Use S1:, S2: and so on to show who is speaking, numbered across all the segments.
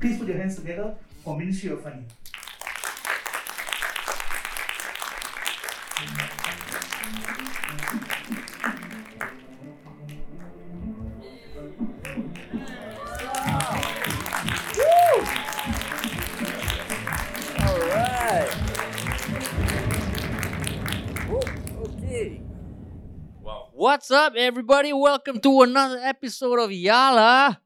S1: put your hands together for Ministry of Funny.
S2: All right. Woo, okay.
S3: Wow.
S2: What's up, everybody? Welcome to another episode of Yala.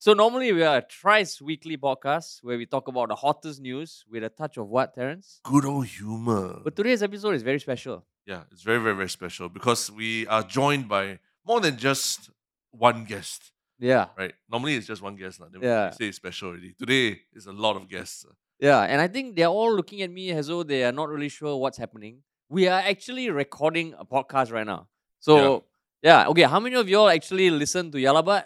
S2: So normally we are a thrice weekly podcast where we talk about the hottest news with a touch of what, Terrence?
S3: Good old humor.
S2: But today's episode is very special.
S3: yeah, it's very, very, very special because we are joined by more than just one guest,
S2: Yeah,
S3: right? Normally it's just one guest. lah. Then we
S2: Yeah.
S3: say it's special already. Today is a lot of guests.
S2: yeah. And I think they're all looking at me as though they are not really sure what's happening. We are actually recording a podcast right now. So, yeah. Okay, how many of y'all actually listen to Yalabat?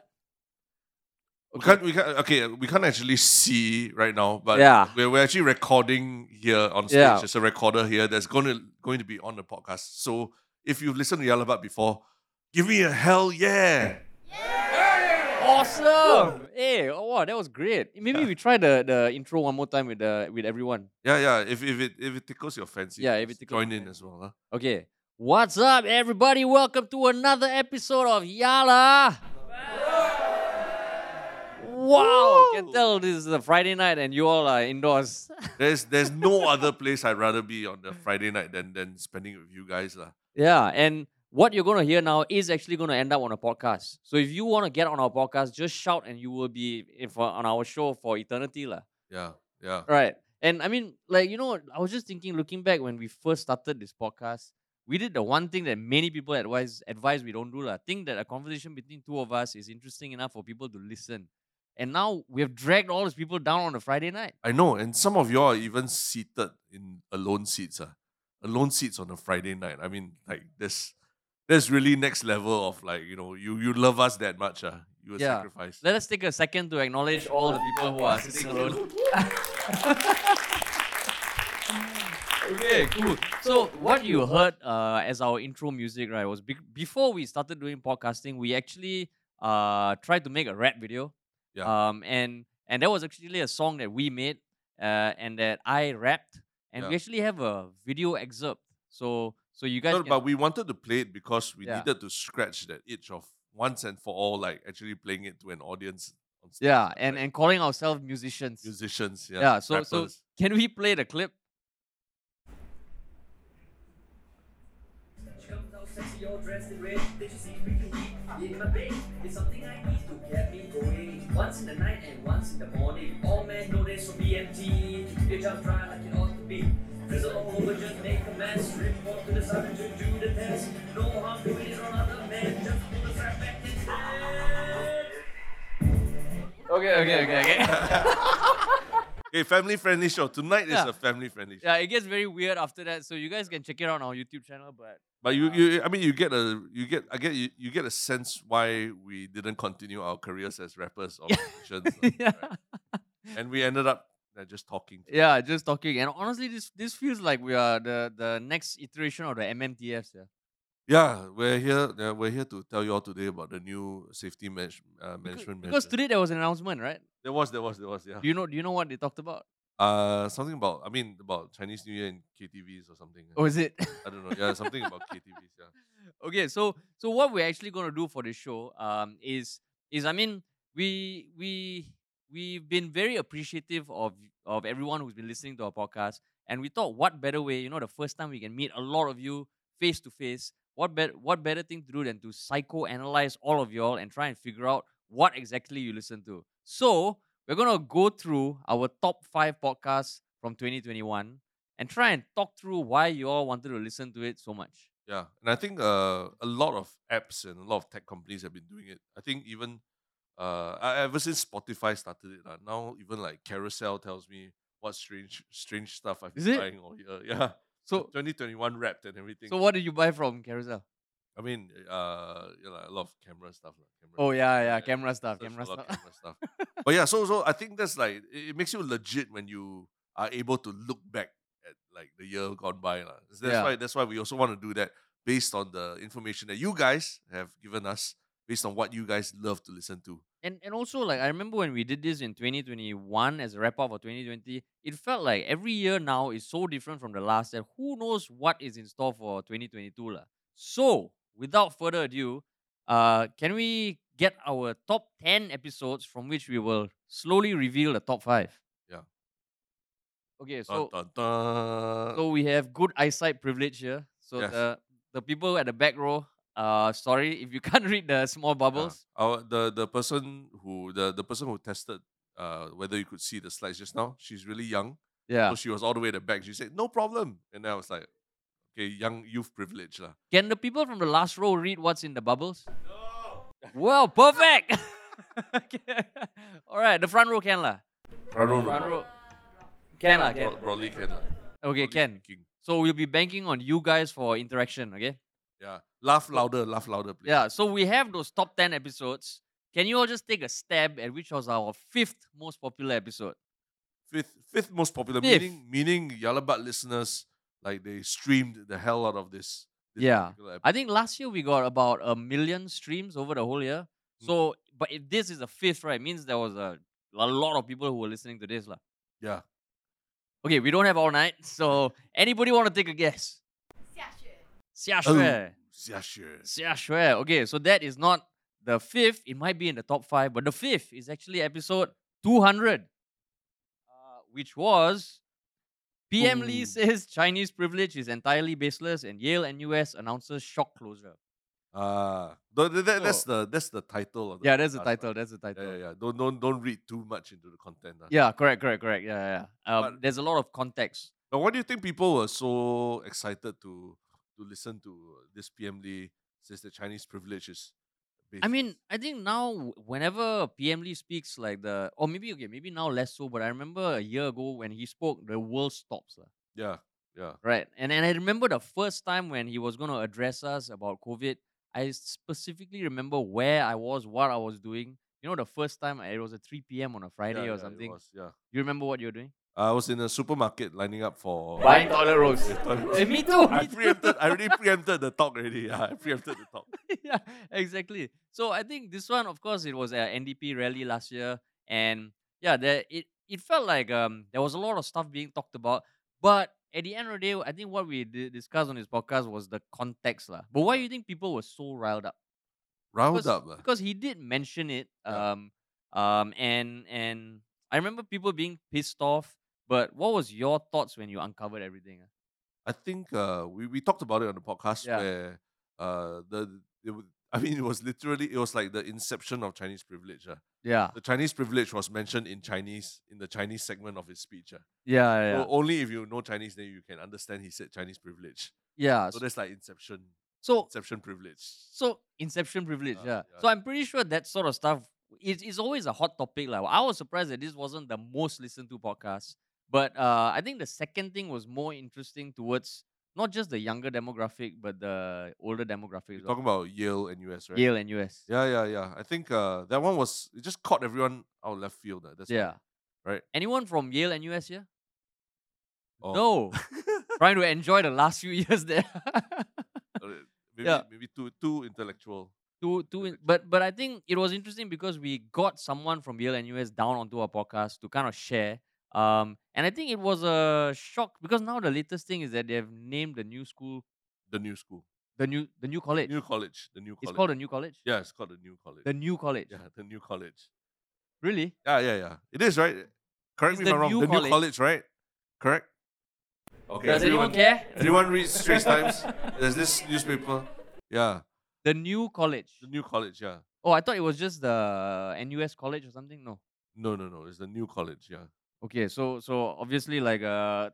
S3: We can't, we can't, okay, we can't actually see right now, but
S2: Yeah.
S3: we're, we're actually recording here on stage.
S2: Yeah.
S3: There's a recorder here that's going to going to be on the podcast. So if you've listened to Yalabat before, give me a hell yeah.
S2: Awesome! hey, oh wow, that was great. Maybe we try the, the intro one more time with the with everyone.
S3: Yeah, yeah. If, if it if it tickles your fancy,
S2: Yeah, if it
S3: just
S2: tickles
S3: join
S2: your
S3: in
S2: fancy.
S3: as well. Huh?
S2: Okay. What's up, everybody? Welcome to another episode of Yala. Wow, can tell this is a Friday night and you all are indoors.
S3: There's there's no other place I'd rather be on the Friday night than than spending it with you guys lah.
S2: yeah, and what you're gonna hear now is actually gonna end up on a podcast. So if you wanna get on our podcast, just shout and you will be in for, on our show for eternity, lah.
S3: Yeah, yeah.
S2: Right. And I mean, like, you know, I was just thinking, looking back when we first started this podcast, we did the one thing that many people advise advise we don't do. La. Think that a conversation between two of us is interesting enough for people to listen. And now we have dragged all these people down on a Friday night.
S3: I know, and some of you all are even seated in alone seats. Uh. Alone seats on a Friday night. I mean, like this there's really next level of like, you know, you you love us that much, uh. You would
S2: Yeah.
S3: sacrifice.
S2: Let us take a second to acknowledge all the people who are sitting alone. okay, cool. So, what you heard uh, as our intro music, right, was be- before we started doing podcasting, we actually uh, tried to make a rap video.
S3: Yeah.
S2: Um, and and that was actually a song that we made, uh, and that I rapped, and we
S3: Yeah.
S2: actually have a video excerpt. So so you guys.
S3: No,
S2: can-
S3: but we wanted to play it because we
S2: Yeah.
S3: needed to scratch that itch of once and for all, like actually playing it to an audience on stage,
S2: yeah,
S3: lah,
S2: and,
S3: like
S2: and calling ourselves musicians.
S3: musicians, yeah.
S2: Yeah, so- so-
S3: rappers.
S2: Can we play the clip?
S4: She comes out sexy, all dressed in red. Then she sees me to in my bed. It's something I need to get me going. Once in the night and once in the morning. All men know this from BMT. To keep your job dry like it ought to be. Drizzle all over, just make a mess. Report to the sergeant to do the test. No harm doing it on other men. Just pull the strap back and test.
S2: Okay, okay, okay, okay.
S3: Okay, family friendly show. Tonight
S2: Yeah.
S3: is a family friendly show.
S2: yeah, it gets very weird after that. So you guys can check it out on our YouTube channel. But
S3: But you, you, I mean, you get a, you get, I get, you, you get a sense why we didn't continue our careers as rappers or musicians, lah,
S2: yeah,
S3: right? and we ended up uh, just talking. to-
S2: yeah, just talking. And honestly, this this feels like we are the the next iteration of the MMTFs. Yeah,
S3: Yeah, we're here. Uh, we're here to tell you all today about the new safety manage, uh, management
S2: because
S3: measure.
S2: today there was an announcement, right?
S3: there was, there was, there was. Yeah.
S2: Do you know? Do you know what they talked about?
S3: Uh, something about, I mean, about Chinese New Year and KTVs or something.
S2: Or is it?
S3: I don't know. Yeah, something about KTVs. Yeah.
S2: okay, so so what we're actually gonna do for this show, um, is is I mean we we we've been very appreciative of of everyone who's been listening to our podcast, and we thought what better way, you know, the first time we can meet a lot of you face to face, what better what better thing to do than to psychoanalyze all of y'all and try and figure out what exactly you listen to. So we're gonna go through our top five podcasts from 2021 and try and talk through why you all wanted to listen to it so much.
S3: Yeah, and I think uh, a lot of apps and a lot of tech companies have been doing it. I think even uh, I- ever since Spotify started it, uh, now even like Carousel tells me what strange strange stuff I've
S2: Is
S3: been
S2: it?
S3: buying all year. Yeah,
S2: So
S3: 2021 wrapped and everything.
S2: So what did you buy from Carousel?
S3: I mean, uh, yeah, like a lot of camera stuff. Like camera
S2: Oh yeah, yeah,
S3: yeah,
S2: camera stuff,
S3: search
S2: camera
S3: a lot of
S2: stuff.
S3: camera stuff. but yeah, so so I think that's like it, it makes you legit when you are able to look back at like the year gone by. lah. That's
S2: Yeah.
S3: why that's why we also want to do that based on the information that you guys have given us based on what you guys love to listen to.
S2: And and also like I remember when we did this in 2021 as a wrap up for 2020, it felt like every year now is so different from the last and who knows what is in store for 2022 lah. So, without further ado, uh can we get our top 10 episodes from which we will slowly reveal the top 5?
S3: Yeah.
S2: Okay,
S3: Dun,
S2: so
S3: dun, dun.
S2: so we have good eyesight privilege here. So
S3: Yes.
S2: the the people at the back row, uh sorry if you can't read the small
S3: Yeah.
S2: bubbles.
S3: Our, the the person who the, the person who tested uh, whether you could see the slides just now, she's really young.
S2: Yeah.
S3: So she was all the way at the back. She said, "No problem," and I was like, "Okay, young youth privilege lah."
S2: Can the people from the last row read what's in the bubbles? No. Well, perfect. Okay. All right, the front row can lah. Front row can lah. Can.
S3: Broad- Broadly can lah.
S2: Okay,
S3: Broadly
S2: can.
S3: speaking.
S2: So we'll be banking on you guys for interaction. Okay.
S3: Yeah. Laugh louder. Laugh louder, please.
S2: Yeah. So we have those top ten episodes. Can you all just take a stab at which was our fifth most popular episode?
S3: Fifth fifth most popular.
S2: Fifth.
S3: Meaning meaning Yalabat listeners like they streamed the hell out of this. this
S2: Yeah.
S3: particular ep-
S2: Ah. I think last year we got about a million streams over the whole year.
S3: Mm.
S2: So, but if this is a fifth, right, it means there was a, a lot of people who were listening to this. lah.
S3: Yeah.
S2: Okay, we don't have all night. So, anybody want to take a guess?
S5: 下雪，
S2: Xia
S3: Oh.
S2: Shui.
S3: Yeah, sure.
S2: Xia Shui. Okay, so that is not the fifth. It might be in the top five, but the fifth is actually episode 200, uh, which was PM Lee
S3: Ooh.
S2: says Chinese privilege is entirely baseless and Yale and US announces shock closure.
S3: Ah, tho- tho- that- that's the that's the title of
S2: Oh.
S3: the
S2: Yeah, that's the
S3: podcast, right?
S2: title. That's the title.
S3: Yeah, yeah, yeah. Don't don't don't read too much into the content. ah.
S2: Yeah, correct, correct, correct. Yeah, yeah. yeah. Um,
S3: But-
S2: there's a lot of context.
S3: But why do you think people were so excited to to listen to this PMD says the Chinese privilege is?
S2: I mean, I think now w- whenever PM Lee speaks like the, or maybe okay, maybe now less so, but I remember a year ago when he spoke, the world stops, lah,
S3: yeah, yeah.
S2: right? And and I remember the first time when he was gonna address us about COVID. I specifically remember where I was, what I was doing. You know, the first time I- it was at 3 p.m. on a
S3: yeah,
S2: Friday
S3: yeah,
S2: or
S3: it
S2: something.
S3: was, yeah,
S2: You remember what you were doing?
S3: I was in a supermarket lining up for.
S2: toilet rolls.
S3: I
S2: Eh, me too. me too.
S3: preempted. I already preempted the talk already. Yeah, I preempted the talk.
S2: yeah, exactly. So I think this one, of course, it was a NDP rally last year, and yeah, there it it felt like um there was a lot of stuff being talked about, but at the end of the day, I think what we di- discussed on this podcast was the context, lah. But why do you think people were so riled up?
S3: Round
S2: Because,
S3: up, uh, lah.
S2: because he did mention it,
S3: Yeah.
S2: um, um, and and I remember people being pissed off. But what was your thoughts when you uncovered everything? ah?
S3: I think uh, we, we talked about it on the podcast
S2: Yeah.
S3: where uh, the it, wa- I mean it was literally it was like the inception of Chinese privilege. ah.
S2: Yeah,
S3: The Chinese privilege was mentioned in Chinese in the Chinese segment of his speech. ah.
S2: yeah,
S3: So
S2: yeah,
S3: only if you know Chinese, then you can understand he said Chinese privilege.
S2: yeah.
S3: So that's like inception,
S2: oh, so
S3: inception privilege.
S2: So inception privilege,
S3: Uh,
S2: yeah.
S3: yeah.
S2: So I'm pretty sure that sort of stuff is is always a hot topic. Like I was surprised that this wasn't the most listened to podcast. But uh, I think the second thing was more interesting towards not just the younger demographic, but the older demographic. as well.
S3: Talking about Yale and US, right?
S2: Yale and US.
S3: Yeah, yeah, yeah. I think uh, that one was it just caught everyone out left field. ah. That's why.
S2: Yeah.
S3: Right.
S2: Anyone from Yale and US here?
S3: Oh,
S2: No. Trying to enjoy the last few years there.
S3: uh, Maybe,
S2: Yeah.
S3: maybe too too intellectual.
S2: to to in- but but I think it was interesting because we got someone from Yale and US down onto our podcast to kind of share. Um, and I think it was a shock because now the latest thing is that they have named the new school
S3: The new school,
S2: the new the new college.
S3: new college, the new college.
S2: it's called the new college.
S3: Yeah, it's called the new college.
S2: The new college.
S3: yeah, the new college.
S2: Really?
S3: Yeah, yeah, yeah. It is right. Correct
S2: It's
S3: me
S2: the
S3: if I'm wrong.
S2: new
S3: The
S2: college.
S3: new college, right? Correct. Okay.
S2: Does anyone care?
S3: Anyone read Straits Times? There's this newspaper. Yeah,
S2: The new college.
S3: the new college. Yeah.
S2: Oh, I thought it was just the NUS college or something. No.
S3: No, no, no. It's the new college. Yeah.
S2: Okay, so so obviously like uh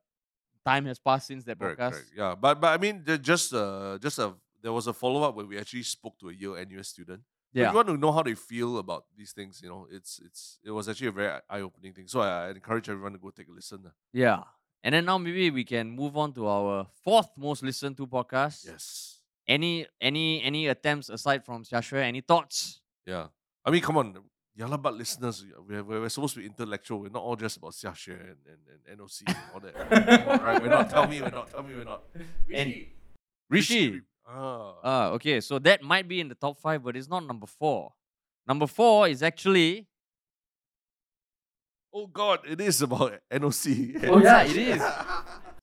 S2: time has passed since that
S3: Correct.
S2: podcast.
S3: correct. Yeah, but but I mean, the- just uh, just a there was a follow up where we actually spoke to a Yale NUS student. So
S2: Yeah.
S3: If you want to know how they feel about these things, you know, it's it's it was actually a very eye opening thing. So I, I encourage everyone to go take a listen. ah.
S2: Yeah. And then now maybe we can move on to our fourth most listened to podcast.
S3: Yes.
S2: Any any any attempts aside from Xiaxue, any thoughts?
S3: Yeah. I mean, come on. Yalabat listeners, we're, we're, we're supposed to be intellectual. We're not all just about Xiaxue and, and, and NOC and all that. Come on, right? We're not. Tell me we're not. Tell me we're not.
S2: And-
S4: Rishi,
S2: Rishi,
S3: Ah, Oh.
S2: Uh, okay, so that might be in the top five, but it's not number four. Number four is actually
S3: oh God, it is about NOC.
S2: Oh, yeah, it is.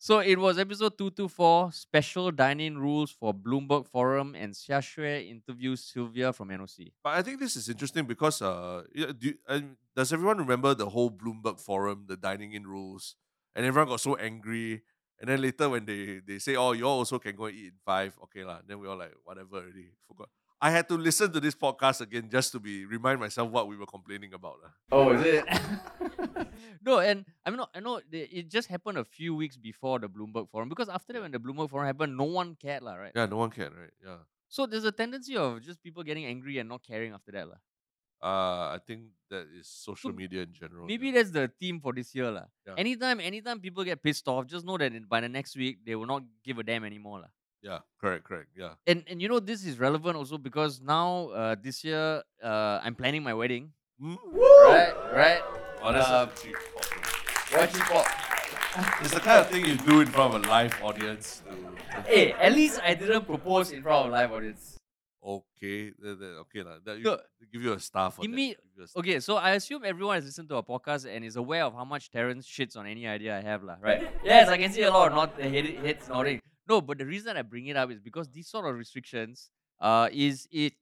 S2: So it was episode 224, special dining rules for Bloomberg Forum, and Xia Xue interviews Sylvia from NOC.
S3: But I think this is interesting because uh, yeah, do, you- uh, does everyone remember the whole Bloomberg forum, the dining in rules, and everyone got so angry, and then later when they they say, "Oh, you all also can go and eat in five, okay lah," then we all like whatever already forgot. I had to listen to this podcast again just to be remind myself what we were complaining about. lah.
S2: Oh, is it? no, and I mean, I know the- it just happened a few weeks before the Bloomberg Forum because after that, when the Bloomberg Forum happened, no one cared, lah, right?
S3: Yeah, no one can, right? Yeah.
S2: So there's a tendency of just people getting angry and not caring after that, lah.
S3: Uh, I think that is social
S2: So
S3: media in general.
S2: Maybe
S3: Oh, yeah.
S2: that's the theme for this year, lah.
S3: Yeah.
S2: Anytime, anytime people get pissed off, just know that in- by the next week they will not give a damn anymore, lah.
S3: yeah, correct, correct. Yeah.
S2: and and you know this is relevant also because now uh, this year uh, I'm planning my wedding. Right, right.
S3: Oh, that's
S2: Uh,
S3: such a cheap pop.
S2: Watch it pop.
S3: It's the kind of thing you do in front of a live audience. to-
S2: Hey, at least I didn't propose in front of live audience.
S3: okay, the, the, okay lah. That you,
S2: No.
S3: they give you a star for
S2: Give
S3: that.
S2: me-
S3: Give you a star.
S2: Okay, so I assume everyone has listened to our podcast and is aware of how much Terrence shits on any idea I have, lah. Right? yes, I can see a lot of not uh, the head heads nodding. No, but the reason I bring it up is because these sort of restrictions, uh, is it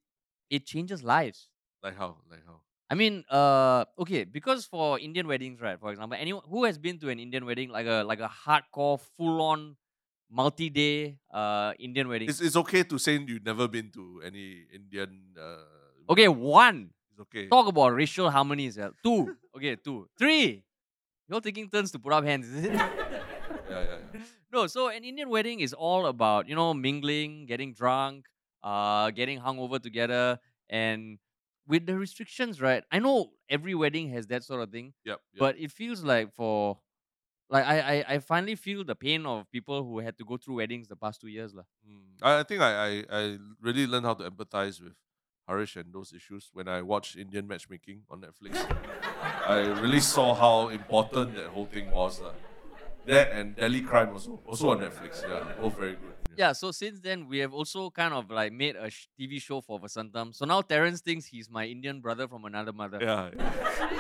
S2: it changes lives.
S3: Like how? Like how?
S2: I mean, uh, okay, because for Indian weddings, right? For example, anyone who has been to an Indian wedding, like a like a hardcore, full-on, multi-day uh Indian wedding.
S3: It's, it's okay to say you've never been to any Indian. Uh,
S2: okay, one.
S3: It's okay.
S2: Talk about racial harmonies. Yeah. Two. Okay, two, three. You're taking turns to put up hands, is it?
S3: Yeah, yeah, yeah.
S2: no. So an Indian wedding is all about you know mingling, getting drunk, uh, getting hungover together, and with the restrictions, right? I know every wedding has that sort of thing.
S3: Yep, yep.
S2: but it feels like for like I, I I finally feel the pain of people who had to go through weddings the past two years lah.
S3: Mm. I, I think I, I, I really learned how to empathize with Harish and those issues when I watched Indian matchmaking on Netflix. I really saw how important that whole thing was. lah. That and Delhi Crime also, also on Netflix. Yeah, both very good.
S2: Yeah, so since then we have also kind of like made a sh- TV show for Vasantam. So now Terrence thinks he's my Indian brother from another mother.
S3: Yeah,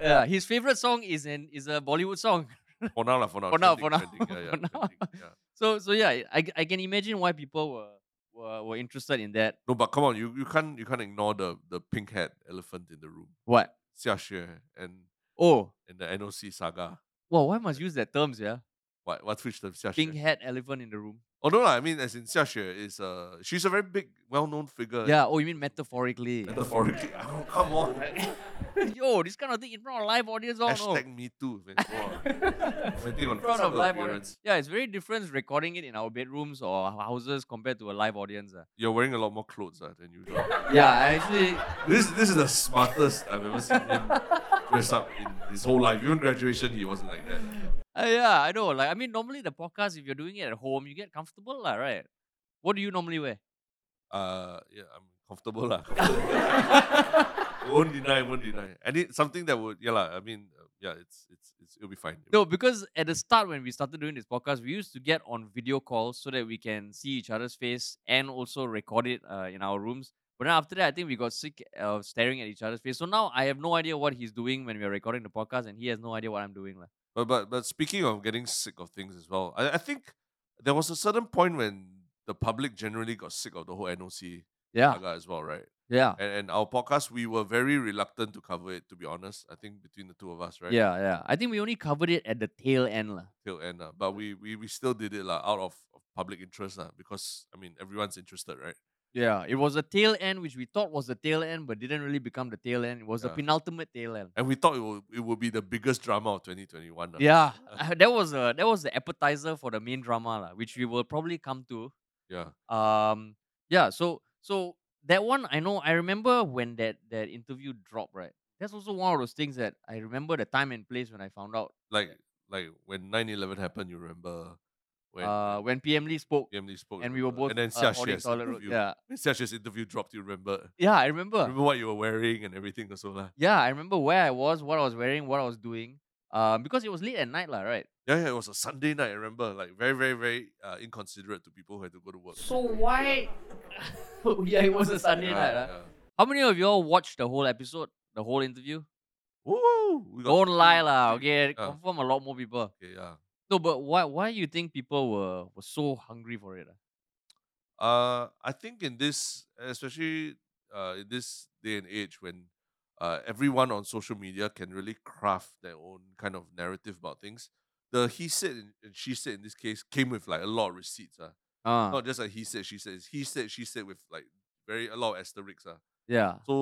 S2: Yeah, his favorite song is an is a Bollywood song.
S3: for now, lah, for now.
S2: For now,
S3: trending,
S2: for now,
S3: trending, Yeah, yeah,
S2: for now.
S3: trending, yeah.
S2: So so yeah, I, I can imagine why people were were, were interested in that.
S3: No, but come on, you, you can't you can't ignore the the pink hat elephant in the room,
S2: What?
S3: Xia Xue and
S2: Oh,
S3: and the NOC saga.
S2: well, why must use that terms? Yeah,
S3: What what's which the Xia Xue?
S2: pink hat elephant in the room.
S3: Oh no, lah, I mean as in Xia Xue is uh she's a very big, well known figure.
S2: Yeah. Oh, you mean metaphorically?
S3: Metaphorically. Oh, come on.
S2: Yo, this kind of thing in front of live audience, all no.
S3: Hashtag me too. Man. Commenting on
S2: In front of
S3: physical
S2: live
S3: appearance.
S2: audience. Yeah, it's very different recording it in our bedrooms or our houses compared to a live audience. ah.
S3: You're wearing a lot more clothes uh, than usual.
S2: Yeah, I actually.
S3: this this is the smartest I've ever seen him dress up in his whole life. Even graduation, he wasn't like that.
S2: Uh, yeah, I know. Like, I mean, normally the podcast, if you're doing it at home, you get comfortable, lah, right? What do you normally wear?
S3: Uh, yeah, I'm comfortable lah. won't deny, won't deny. And it, something that would, yeah lah. I mean, uh, yeah, it's, it's it's it'll be fine.
S2: No, because at the start when we started doing this podcast, we used to get on video calls so that we can see each other's face and also record it uh, in our rooms. But then after that, I think we got sick of staring at each other's face. So now I have no idea what he's doing when we're recording the podcast, and he has no idea what I'm doing. lah.
S3: But but but speaking of getting sick of things as well, I, I think there was a certain point when the public generally got sick of the whole NOC
S2: Yeah,
S3: saga as well, right?
S2: yeah,
S3: And, and our podcast, we were very reluctant to cover it. To be honest, I think between the two of us, right?
S2: yeah, yeah. I think we only covered it at the tail end. lah.
S3: Till end, lah. but we, we we still did it lah, out of, of public interest lah, because I mean everyone's interested, right?
S2: Yeah, it was a tail end which we thought was the tail end, but didn't really become the tail end. It was
S3: Yeah.
S2: the penultimate tail end.
S3: And we thought it would it would be the biggest drama of 2021. lah.
S2: Yeah, that was a that was the appetizer for the main drama, lah, which we will probably come to.
S3: yeah.
S2: Um, yeah. So so that one I know. I remember when that that interview dropped. Right. That's also one of those things that I remember the time and place when I found out.
S3: like like when 9-11 happened, you remember when
S2: uh, when PM Lee spoke,
S3: PM Lee spoke, you
S2: and we were
S3: remember?
S2: both
S3: and then
S2: uh,
S3: Xia
S2: holding
S3: Xue's
S2: toilet roll-
S3: interview,
S2: Yeah.
S3: when Xia Xue's interview dropped. You remember?
S2: Yeah, I remember.
S3: Remember what you were wearing and everything also lah.
S2: Yeah, I remember where I was, what I was wearing, what I was doing. Uh, because it was late at night, lah, right?
S3: Yeah, yeah, it was a Sunday night, I remember. Like, very, very, very uh, inconsiderate to people who had to go to work.
S2: So why? Oh, yeah, it was a Sunday
S3: Yeah,
S2: night. ah.
S3: yeah.
S2: How many of y'all watched the whole episode, the whole interview?
S3: Woo! we got
S2: Don't
S3: two,
S2: lie, lah.
S3: three-
S2: Okay,
S3: Ah.
S2: confirm a lot more people.
S3: Okay, yeah.
S2: No, but why? Why you think people were were so hungry for it? ah?
S3: Uh, I think in this, especially uh, in this day and age when uh, everyone on social media can really craft their own kind of narrative about things, the he said and and she said in this case came with like a lot of receipts. Uh.
S2: Ah,
S3: Not just like he said, she said. It's he said, she said with like very a lot of asterisks. Uh.
S2: yeah.
S3: So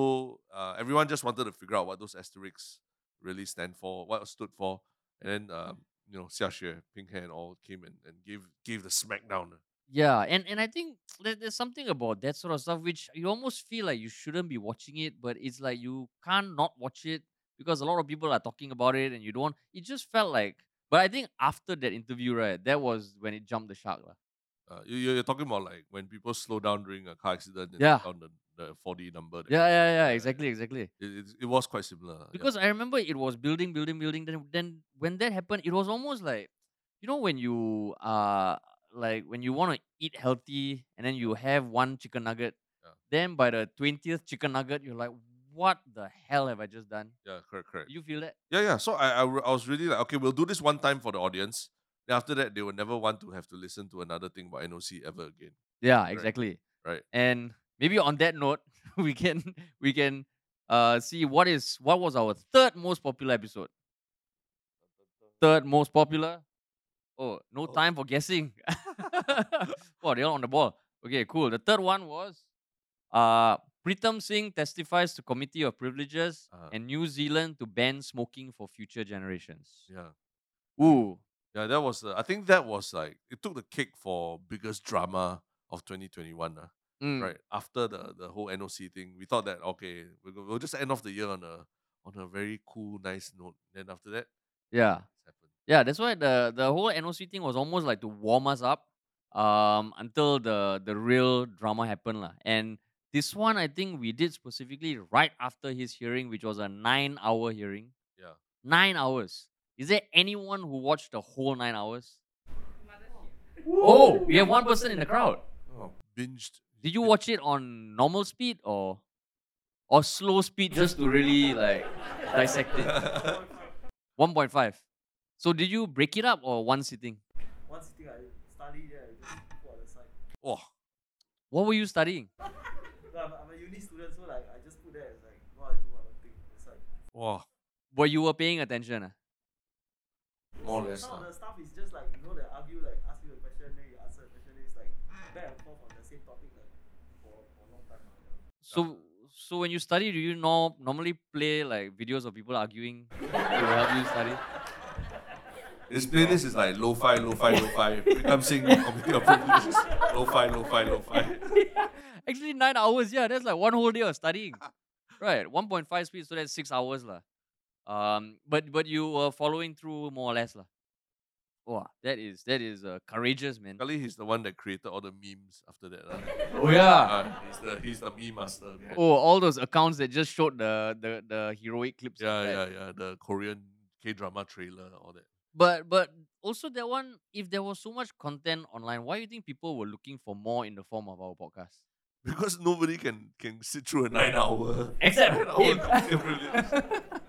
S3: uh, everyone just wanted to figure out what those asterisks really stand for, what it stood for. And
S2: Mm.
S3: then, um, you know, Xia Xue, Pink Hair and all came and, and gave gave the smackdown. uh.
S2: Yeah, and and I think there, there's something about that sort of stuff which you almost feel like you shouldn't be watching it, but it's like you can't not watch it because a lot of people are talking about it, and you don't. It just felt like. But I think after that interview, right, that was when it jumped the shark, lah.
S3: Uh, you, you- you're talking about like when people slow down during a car accident and
S2: Yeah.
S3: on the, the 4D number. that-
S2: Yeah, yeah,
S3: yeah,
S2: yeah.
S3: yeah.
S2: Exactly, exactly.
S3: It, it's- it was quite similar. Oh, yeah.
S2: Because I remember it was building, building, building. Then, then when that happened, it was almost like, you know, when you uh like when you want to eat healthy and then you have one chicken nugget,
S3: Yeah.
S2: then by the twentieth chicken nugget, you're like, what the hell have I just done?
S3: Yeah, correct, correct.
S2: You feel that?
S3: yeah, yeah. So I, I, re- I was really like, okay, we'll do this one time for the audience. Then after that, they will never want to have to listen to another thing about NOC ever again.
S2: Yeah, exactly.
S3: Right.
S2: And maybe on that note, we can we can uh see what is what was our third most popular episode. Third most popular. Oh, no
S3: Oh.
S2: time for guessing. oh, they're all on the ball. Okay, cool. The third one was uh Pritam Singh testifies to Committee of Privileges
S3: Uh-huh.
S2: and New Zealand to ban smoking for future generations.
S3: Yeah.
S2: Ooh.
S3: Yeah, that was, the, I think that was like, it took the cake for biggest drama of 2021. Uh,
S2: Mm.
S3: Right. After the, the whole NOC thing, we thought that, okay, we'll, go- we'll just end off the year on a, on a very cool, nice note. Then after that,
S2: Yeah.
S3: it's happened.
S2: Yeah, that's why the the whole NOC thing was almost like to warm us up um until the the real drama happened lah. And this one I think we did specifically right after his hearing, which was a nine hour hearing.
S3: Yeah.
S2: Nine hours. Is there anyone who watched the whole nine hours? Oh, we have one person in the crowd.
S3: Oh, binged.
S2: Did you watch it on normal speed or or slow speed just to really like dissect it? One point five. So did you break it up or one sitting?
S5: Once you think I study there, I just put on the side.
S3: oh,
S2: What were you studying?
S5: No, I'm, I'm a uni student, so like I just put there as like what I do, what I think. It's like
S3: wow,
S2: But you were paying attention. ah?
S3: more or less.
S5: some of
S3: lah.
S5: the stuff is just like you know they argue like ask you a question, then you answer a question, then it's like back and forth on the same topic like for, for a long time. now, yeah.
S2: So so when you study, do you know normally play like videos of people arguing to help you study?
S3: This playlist is like lo-fi, lo-fi, lo-fi. Become sing computer privileges. Lo-fi, lo-fi, lo-fi.
S2: Actually, nine hours. Yeah, that's like one whole day of studying. right, one point five speed, so that's six hours lah. Um, but but you were following through more or less lah. Wow, that is that is uh, courageous, man.
S3: Kali, he's the one that created all the memes after that. ah. lah.
S2: Oh yeah.
S3: Ah, he's the he's the meme master. man.
S2: Oh, all those accounts that just showed the the, the heroic clips. of
S3: Yeah,
S2: that.
S3: yeah, yeah. The Korean K drama trailer, all that.
S2: But but also that one, if there was so much content online, why do you think people were looking for more in the form of our podcast?
S3: Because nobody can can sit through a nine hour.
S2: Except
S3: nine hour computer privilege.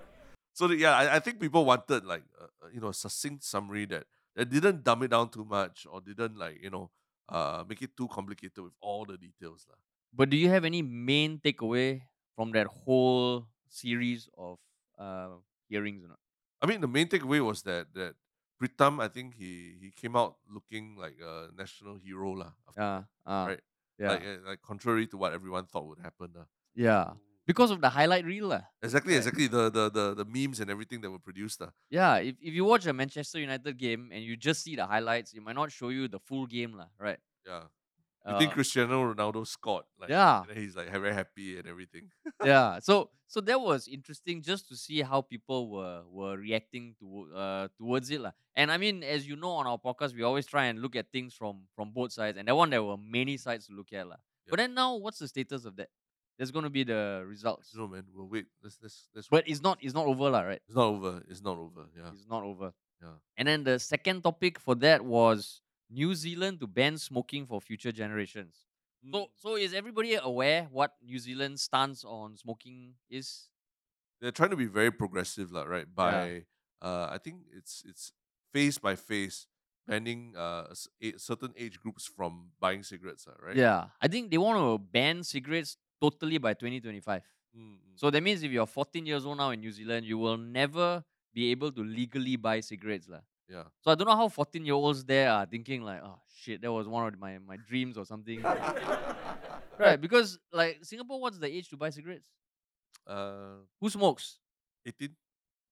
S3: So the- yeah, I, I think people wanted like uh, uh, you know a succinct summary that that didn't dumb it down too much or didn't like you know uh make it too complicated with all the details lah.
S2: But do you have any main takeaway from that whole series of uh, hearings or not?
S3: I mean, the main takeaway was that that Pritam, I think he he came out looking like a national hero lah. after-
S2: Uh, uh,
S3: Right.
S2: Yeah.
S3: Like, uh, like contrary to what everyone thought would happen. lah.
S2: yeah. Because of the highlight reel. lah.
S3: Exactly,
S2: Right.
S3: exactly. The, the the the memes and everything that were produced. lah.
S2: Yeah. If, if you watch a Manchester United game and you just see the highlights, it might not show you the full game. lah. Right.
S3: Yeah. You think
S2: Uh,
S3: Cristiano Ronaldo scored? Like,
S2: Yeah.
S3: and then he's like very happy and everything.
S2: yeah so so that was interesting just to see how people were were reacting to uh towards it lah. and i mean as you know on our podcast we always try and look at things from from both sides and that one there were many sides to look at lah. but
S3: Yeah.
S2: then now what's the status of that there's going to be the results.
S3: No man, we'll wait. Let's let's let's.
S2: But it's not it's not over lah, right?
S3: It's not over. It's not over. Yeah.
S2: It's not over.
S3: Yeah.
S2: And then the second topic for that was New Zealand to ban smoking for future generations.
S3: Mm.
S2: So so is everybody aware what New Zealand's stance on smoking is?
S3: They're trying to be very progressive, lah, right? By uh, I think it's it's phase by phase banning uh s- a- certain age groups from buying cigarettes, lah, right?
S2: Yeah. I think they want to ban cigarettes totally by 2025.
S3: Mm, mm.
S2: So that means if you're 14 years old now in New Zealand, you will never be able to legally buy cigarettes. lah.
S3: yeah.
S2: So I don't know how 14 year olds there are thinking like, oh shit, that was one of my, my dreams or something. right, because like Singapore, what's the age to buy cigarettes?
S3: Uh,
S2: Who smokes?
S3: 18?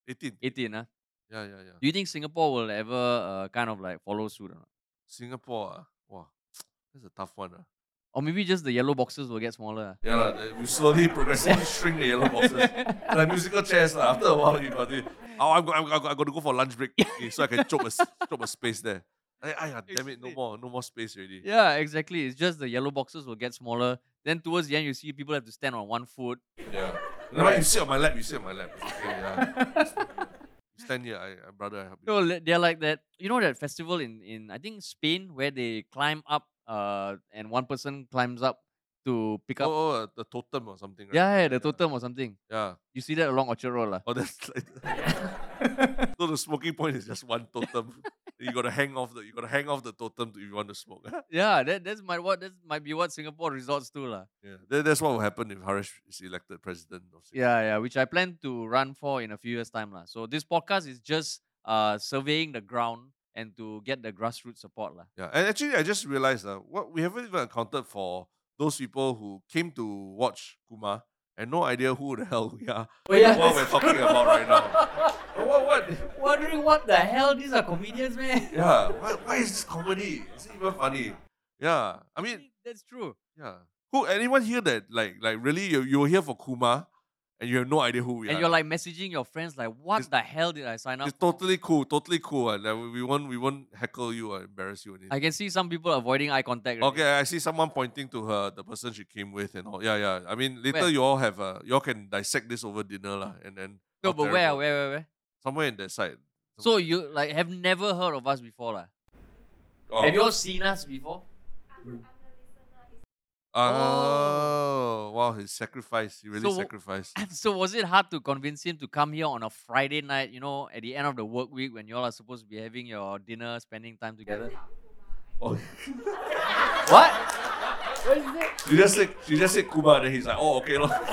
S3: 18.
S2: 18, huh?
S3: Yeah, yeah, yeah.
S2: Do you think Singapore will ever uh, kind of like follow suit or not?
S3: Singapore, ah, wow, that's a tough one. ah.
S2: Or maybe just the yellow boxes will get smaller.
S3: Yeah, lah, the- we slowly progressively shrink the yellow boxes. like musical chairs, lah. after a while, you got it. Oh, I'm, go- I'm, go- I'm, go- I'm going to go for lunch break okay, so I can chop a, s- chop a space there. Ay, ay, damn it, no
S2: Exactly.
S3: more, no more space already.
S2: Yeah, exactly. It's just the yellow boxes will get smaller. Then towards the end, you see people have to stand on one foot.
S3: Yeah. No, you sit on my lap, you sit on my lap. It's Okay, yeah. You stand here, I, I, brother, I help you.
S2: No, li- they're like that. You know that festival in, in I think Spain where they climb up, uh, and one person climbs up to pick up.
S3: Oh, oh, the totem or something, right?
S2: yeah, yeah, the totem or something.
S3: Yeah.
S2: You see that along Orchard Road, lah.
S3: Oh, that's like. so the smoking point is just one totem. you gotta hang off the you gotta hang off the totem to, if you want to smoke.
S2: Yeah, that that's my what that might be what Singapore resorts to, lah.
S3: yeah, that, that's what will happen if Harish is elected president of Singapore.
S2: Yeah, yeah, which I plan to run for in a few years' time, lah. So this podcast is just uh surveying the ground and to get the grassroots support, lah.
S3: Yeah, and actually, I just realized uh, what we haven't even accounted for those people who came to watch Kuma and no idea who the hell we are,
S6: Oh, yeah.
S3: what we're talking about right now. Uh, What? What?
S6: Wondering what the hell these are comedians, man.
S3: Yeah. Why, why is this comedy? Is it even funny? Yeah. I mean,
S2: that's true.
S3: yeah. Who? Anyone here that like like really you you were here for Kuma, and you have no idea who we
S2: And
S3: are.
S2: you're like messaging your friends, like, what
S3: It's-
S2: the hell did I sign up?
S3: it's
S2: for?"
S3: totally cool, totally cool. Uh, like, we- we won't we won't heckle you or embarrass you or anything.
S2: I can see some people avoiding eye contact. already.
S3: Okay, I see someone pointing to her, the person she came with, and all. Yeah, yeah. I mean, later
S2: Where?
S3: you all have a, you all can dissect this over dinner, lah, and then
S2: No,
S3: how
S2: but where,
S3: terrible-
S2: where, where, where?
S3: Somewhere in that side.
S2: So you like have never heard of us before, lah.
S3: Oh,
S2: Have you all seen us before?
S3: oh, wow, his sacrifice. He really
S2: So-
S3: sacrificed.
S2: So was it hard to convince him to come here on a Friday night? You know, at the end of the work week when you all are supposed to be having your dinner, spending time together.
S3: Oh,
S6: What? What is it?
S3: she just said, she just said Kuma, then he's like, oh, okay, lor. Before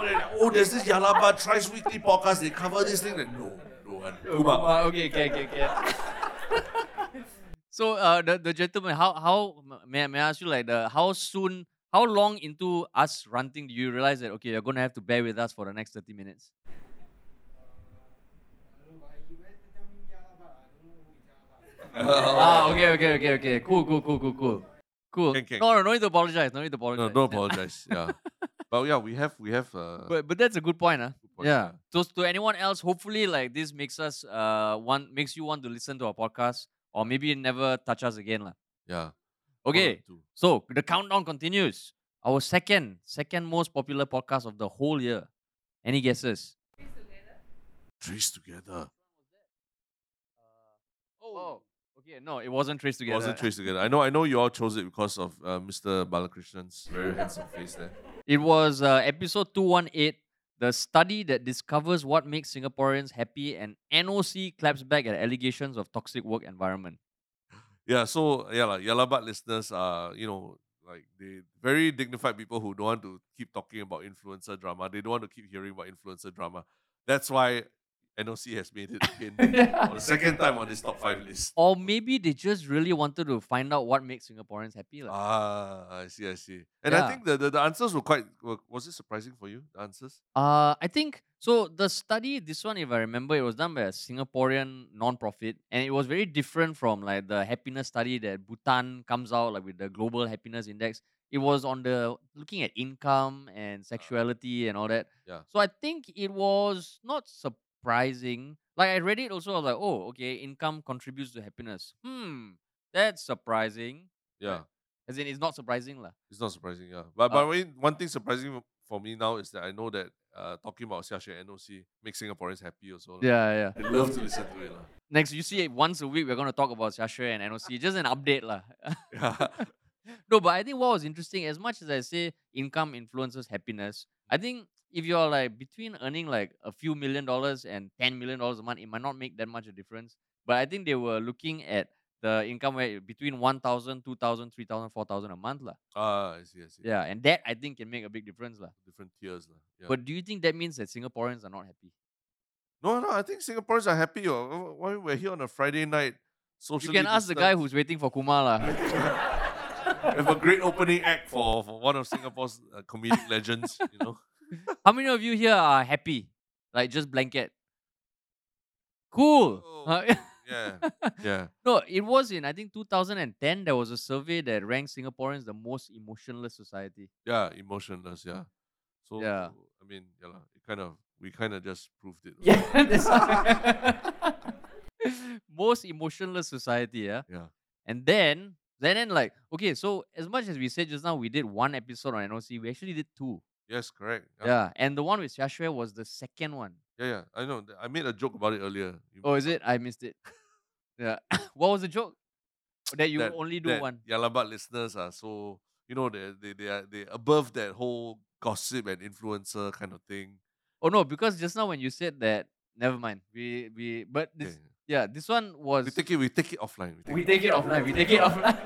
S3: that, oh, there's this Yalaba thrice weekly podcast. They cover this thing. Like, no, no one. Kuma.
S6: Wow, Oh, okay, okay, okay, okay.
S2: So uh, the the gentleman, how how m- may I- may I ask you like the how soon, how long into us ranting do you realize that okay, you're gonna have to bear with us for the next thirty minutes? Ah, okay, okay, okay, okay. Cool, cool, cool, cool, cool. Cool.
S3: Can, can,
S2: no, no, no need to apologize. No need to
S3: No,
S2: apologize.
S3: don't apologize. Yeah, but yeah, we have we have. Uh,
S2: But but that's a good point, ah. huh?
S3: point,
S2: yeah. So to anyone else, hopefully like this makes us uh want makes you want to listen to our podcast or maybe never touch us again. lah.
S3: yeah.
S2: Okay.
S3: Two.
S2: So the countdown continues. Our second, second most popular podcast of the whole year. Any guesses?
S3: Trace together.
S2: Oh, okay. No, it wasn't traced together.
S3: Wasn't traced together. I know. I know you all chose it because of uh, Mr. Balakrishnan's very handsome face there.
S2: It was uh, episode 218, the study that discovers what makes Singaporeans happy, and NOC claps back at allegations of toxic work environment.
S3: Yeah. So yeah, like Yalabat listeners are you know like they very dignified people who don't want to keep talking about influencer drama. They don't want to keep hearing about influencer drama. That's why NOC has made it again for the second time on this top five list.
S2: Or maybe they just really wanted to find out what makes Singaporeans happy. lah.
S3: Ah, I see, I see. And
S2: Yeah.
S3: I think the, the, the answers were quite. Were, was it surprising for you? The answers?
S2: Uh, I think so. The study, this one, if I remember, it was done by a Singaporean non-profit, and it was very different from like the happiness study that Bhutan comes out like with the Global Happiness Index. It was on the looking at income and sexuality and all that.
S3: Yeah.
S2: So I think it was not surprising. Like I read it also, I was like, oh, okay, income contributes to happiness. Hmm, that's surprising.
S3: Yeah.
S2: As in, it's not surprising, lah.
S3: It's not surprising, yeah. But
S2: Uh,
S3: by the way, one thing surprising for me now is that I know that uh, talking about Xiaxue NOC makes Singaporeans happy also. lah.
S2: Yeah, yeah.
S3: They love to listen to it. lah.
S2: Next, you see, once a week, we're going to talk about Xiaxue and NOC. Just an update, lah.
S3: Yeah.
S2: no, but I think what was interesting, as much as I say income influences happiness, I think if you're like between earning like a few million dollars and ten million dollars a month, it might not make that much a difference. But I think they were looking at the income where between 1,000, 2,000, 3,000, 4,000 a month. lah.
S3: Ah, I see, I see.
S2: Yeah, and that I think can make a big difference. lah.
S3: Different tiers. lah. Yeah.
S2: But do you think that means that Singaporeans are not happy?
S3: no, no, I think Singaporeans are happy. Oh. Why we're here on a Friday night.
S2: You
S3: Socially
S2: can ask the guy who's waiting for Kuma. lah.
S3: who have a great opening act for, for one of Singapore's uh, comedic legends, you know.
S2: How many of you here are happy? Like just blanket. Cool.
S3: Oh.
S2: Huh?
S3: Yeah. Yeah.
S2: No, it was in I think 2010 there was a survey that ranked Singaporeans the most emotionless society.
S3: Yeah. Emotionless. Yeah. So
S2: Yeah.
S3: I mean, yeah, lah, it kind of we kind of just proved it. lah.
S6: Yeah, that's
S2: most emotionless society, yeah.
S3: Yeah.
S2: And then then then like okay, so as much as we said just now we did one episode on NOC, we actually did two.
S3: Yes, correct.
S2: Yeah. And the one with Xiaxue was the second one.
S3: Yeah, yeah. I know. th- I made a joke about it earlier. You-
S2: Oh, is it? I missed it. yeah. what was the joke? That you
S3: that-
S2: only do
S3: that
S2: one.
S3: Yalabat listeners are so you know they they they are they above that whole gossip and influencer kind of thing.
S2: Oh no, because just now when you said that, never mind. We we but this
S3: Okay.
S2: yeah, this one was
S3: We take it. We take it offline. We take
S6: We
S3: it.
S6: take it offline. We take it offline.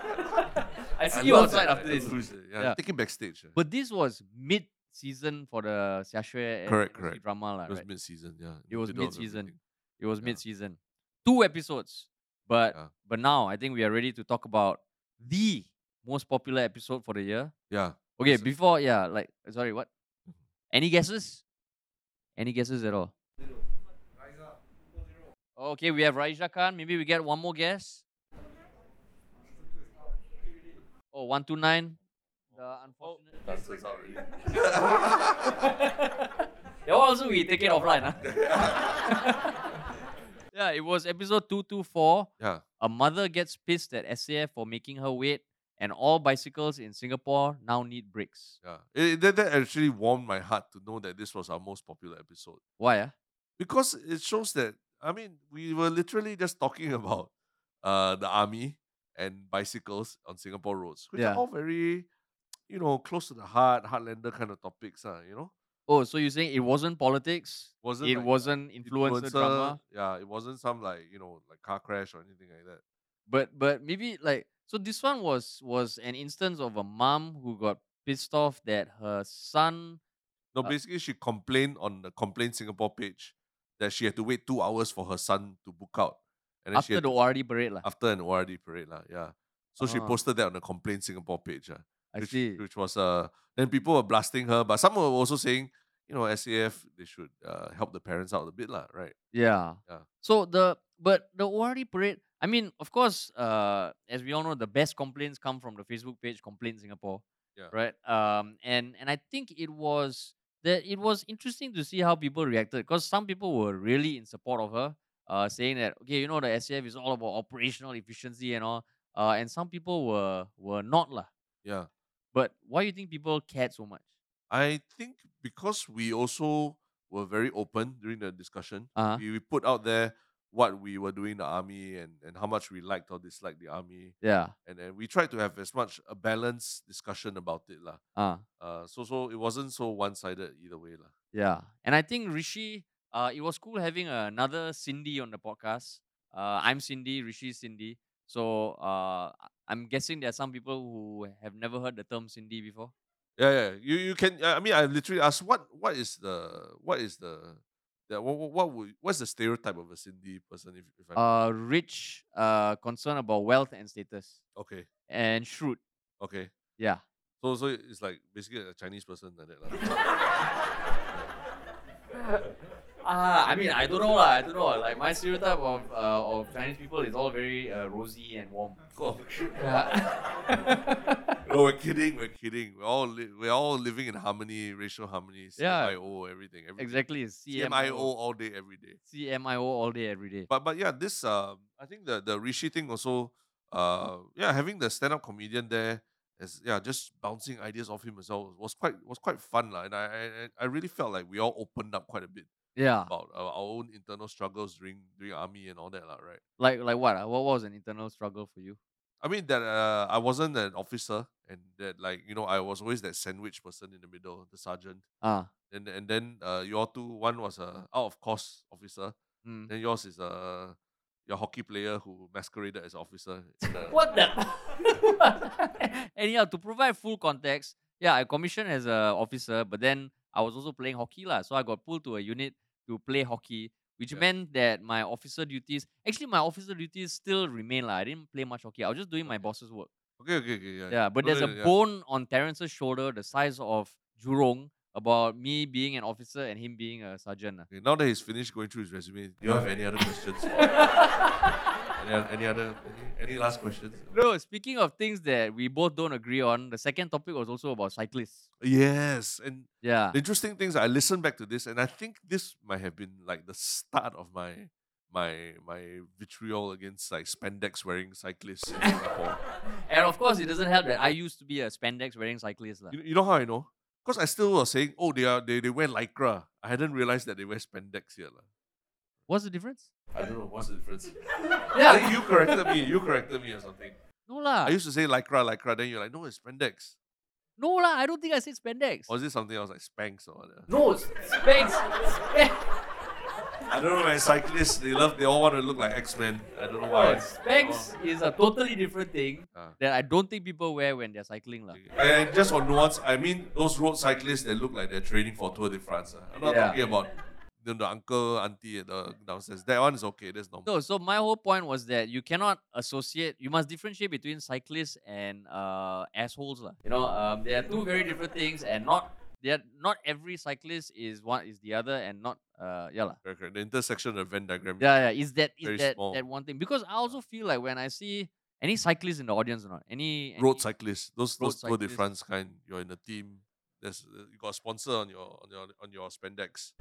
S6: I see
S3: I
S6: you
S3: love
S6: outside
S3: that
S6: after this.
S3: influencer, Yeah,
S2: Yeah.
S3: take it backstage. yeah.
S2: But this was mid season for the Xiaxue and
S3: Correct,
S2: NOC
S3: correct.
S2: drama, lah,
S3: it was
S2: right?
S3: mid season. Yeah, in
S2: It
S3: the
S2: was
S3: middle of
S2: mid-season.
S3: everything.
S2: It was
S3: yeah.
S2: mid season. Two episodes. But
S3: Yeah.
S2: but now I think we are ready to talk about the most popular episode for the year.
S3: Yeah,
S2: Okay,
S3: Yes, sir.
S2: before yeah, like sorry, what? Any guesses? Any guesses at all? Okay, we have Raisha Khan. Maybe we get one more guess. Oh, 129. The unfortunate.
S6: That one also we take it offline. Huh?
S2: Yeah, it was episode 224.
S3: yeah.
S2: A mother gets pissed at SAF for making her wait, and all bicycles in Singapore now need brakes.
S3: Yeah, it, it- that, that actually warmed my heart to know that this was our most popular episode
S2: Why? ah?
S3: because it shows that I mean we were literally just talking about uh the army and bicycles on Singapore roads, which
S2: Yeah.
S3: are all very you know close to the heart, heartlander kind of topics. Uh, you know,
S2: Oh, so you're saying it wasn't politics?
S3: wasn't
S2: It
S3: like
S2: wasn't influencer, drama?
S3: Yeah, it wasn't some like you know like car crash or anything like that.
S2: But but maybe like so this one was was an instance of a mom who got pissed off that her son
S3: No,
S2: Uh,
S3: basically she complained on the complaint Singapore page that she had to wait two hours for her son to book out, and then she
S2: after
S3: had
S2: the
S3: to-
S2: ORD parade lah.
S3: after an ORD parade, lah. Yeah. So she
S2: Ah.
S3: posted that on the complaint Singapore page, ah,
S2: I
S3: which,
S2: see.
S3: which was uh then people were blasting her, but some were also saying, you know, SAF they should uh, help the parents out a bit, lah, right?
S2: Yeah.
S3: Yeah.
S2: So the but the ORD parade, I mean, of course, uh, as we all know, the best complaints come from the Facebook page Complain Singapore.
S3: Yeah.
S2: Right. Um and and I think it was that it was interesting to see how people reacted because some people were really in support of her, uh, saying that okay, you know, the SAF is all about operational efficiency and all. Uh, and some people were were not lah.
S3: Yeah.
S2: But why you think people cared so much?
S3: I think because we also were very open during the discussion,
S2: Uh-huh.
S3: we, we put out there what we were doing in the army and, and how much we liked or disliked the army.
S2: Yeah.
S3: And then we tried to have as much a balanced discussion about it. lah.
S2: Uh.
S3: Uh, so so it wasn't so one sided either way. lah.
S2: Yeah, and I think Rishi, uh, it was cool having another Cindy on the podcast. Uh, I'm Cindy, Rishi Cindy. So uh, I- I'm guessing there are some people who have never heard the term Cindy before.
S3: Yeah, yeah. You you can. I I mean, I literally asked what what is the what is the that what what, what would what's the stereotype of a Cindy person? If if I
S2: Uh, rich, uh, concerned about wealth and status,
S3: okay
S2: and shrewd.
S3: okay.
S2: Yeah,
S3: So so it's like basically a Chinese person like that. lah.
S6: Ah, I mean, I don't know lah. I don't know. Like my stereotype of uh, of Chinese people is all very uh, rosy and warm.
S2: Oh.
S3: Cool.
S6: Yeah.
S3: No, we're kidding. We're kidding. We're all li- we're all living in harmony, racial harmony.
S2: Yeah.
S3: CMIO, everything. everything.
S2: exactly.
S3: CMIO
S2: CMIO,
S3: all day, every day.
S2: CMIO all day, every day.
S3: But but yeah, this um, I think the the Rishi thing also, uh, yeah, having the stand up comedian there as yeah, just bouncing ideas off him as well was quite was quite fun lah. And I, I I- I really felt like we all opened up quite a bit
S2: Yeah.
S3: about our, our own internal struggles during during army and all that lah, right?
S2: Like like what? ah? What was an internal struggle for you?
S3: I mean that uh, I wasn't an officer, and that like you know I was always that sandwich person in the middle, the sergeant,
S2: Ah.
S3: and and then uh, your two one was a out of course officer,
S2: Mm.
S3: then yours is a your hockey player who masqueraded as officer. in the-
S2: What the? Anyhow, to provide full context, yeah, I commissioned as a officer, but then I was also playing hockey lah. So I got pulled to a unit to play hockey, which
S3: Yeah.
S2: meant that my officer duties, actually my officer duties still remain lah. I didn't play much hockey. I was just doing my boss's work.
S3: Okay, okay, okay, yeah.
S2: Yeah, but
S3: No,
S2: there's
S3: no,
S2: a
S3: no, yeah.
S2: bone on Terrence's shoulder the size of Jurong about me being an officer and him being a sergeant. ah.
S3: Okay, now that he's finished going through his resume, do you have any other questions? or any, oth- any other any, any last questions?
S2: No, speaking of things that we both don't agree on, the second topic was also about cyclists.
S3: Yes, and
S2: Yeah.
S3: the interesting things I listened back to this, and I think this might have been like the start of my my my vitriol against like spandex wearing cyclists in Singapore.
S2: And of course, it doesn't help that I used to be a spandex wearing cyclist. lah.
S3: you, you know how I know? Because I still was saying, oh, they are they, they wear lycra. I hadn't realized that they wear spandex here. lah.
S2: What's the difference?
S3: I don't know what's the difference. I
S2: Yeah.
S3: think you corrected me. You corrected me or something.
S2: No lah.
S3: I used to say lycra, lycra. Then you're like, no, it's spandex.
S2: No lah. I don't think I said spandex.
S3: Or is it something else like spanks or whatever?
S2: No, s- spanx. spanx-
S3: I don't know, man. Cyclists, they love, they all want to look like X Men. I don't know why.
S2: Oh, Spanx is a totally different thing
S3: Oh. Ah.
S2: that I don't think people wear when they're cycling lah.
S3: And just for nuance, I mean those road cyclists that look like they're training for Tour de France. ah. I'm not
S2: Yeah.
S3: talking about the, the uncle, auntie at the downstairs. That one is okay. That's normal.
S2: No, so my whole point was that you cannot associate. You must differentiate between cyclists and uh, assholes, lah. You know, um, they are two very different things, and not they are not every cyclist is one is the other, and not uh, yeah, lah.
S3: Correct, correct. The intersection of the Venn diagram.
S2: Yeah, yeah. Is that
S3: Very
S2: is that
S3: small.
S2: that one thing? Because I also feel like when I see any cyclists in the audience or not, any, any
S3: Road cyclists. Those
S2: Road
S3: those Tour de
S2: cyclists.
S3: France kind. You're in a team. There's you got a sponsor on your on your on your spandex.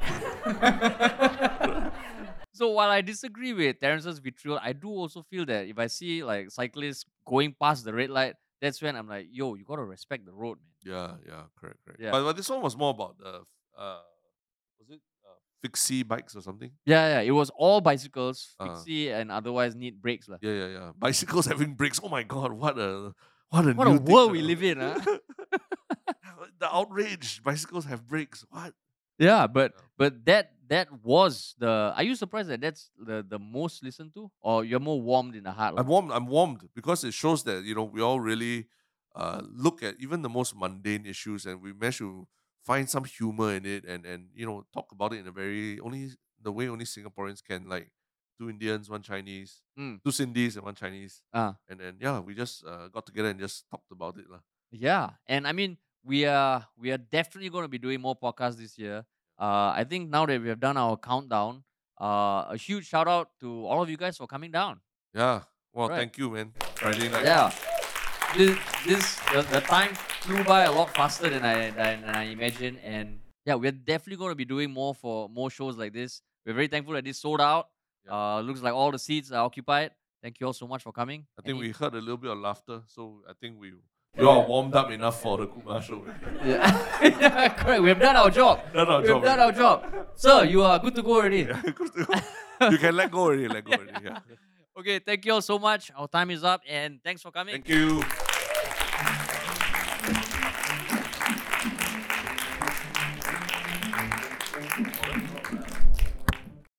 S2: So while I disagree with Terrence's vitriol, I do also feel that if I see like cyclists going past the red light, that's when I'm like, yo, you gotta respect the road, man.
S3: Yeah, yeah, correct, correct.
S2: Yeah.
S3: But, but this one was more about the uh, was it uh, fixie bikes or something?
S2: Yeah, yeah. It was all bicycles,
S3: Ah.
S2: fixie, and otherwise need brakes. lah.
S3: Yeah, yeah, yeah. Bicycles having brakes. Oh my god, what a what a
S2: What a
S3: new thing
S2: world we
S3: to-
S2: live in, ah. huh?
S3: the outrage. Bicycles have brakes. What?
S2: Yeah, but
S3: Yeah.
S2: but that that was the. Are you surprised that that's the the most listened to, or you're more warmed in the heart? lah?
S3: I'm warmed. I'm warmed because it shows that you know we all really uh, look at even the most mundane issues and we manage to find some humor in it and and you know talk about it in a very only the way only Singaporeans can like two Indians, one Chinese,
S2: Mm.
S3: two Sindhis and one Chinese.
S2: Ah.
S3: And then yeah, we just uh, got together and just talked about it lah.
S2: Yeah, and I mean we are we are definitely going to be doing more podcasts this year. Uh, I think now that we have done our countdown, uh, a huge shout out to all of you guys for coming down.
S3: Yeah. Well,
S2: Right.
S3: thank you, man. Friday night.
S2: Yeah, this, this the, the time flew by a lot faster than I than, than I imagined, and yeah, we're definitely going to be doing more for more shows like this. We're very thankful that this sold out.
S3: Yeah.
S2: Uh, looks like all the seats are occupied. Thank you all so much for coming.
S3: I think
S2: Any-
S3: we heard a little bit of laughter, so I think we you all warmed up enough for the Kumar show.
S2: yeah, correct. We have done our job.
S3: Done our
S2: We've
S3: job
S2: done our
S3: already.
S2: job. Sir, you are good to go already.
S3: Good to go. you can let go already, let go already. Yeah.
S2: Okay, thank you all so much. Our time is up and thanks for coming.
S3: Thank you.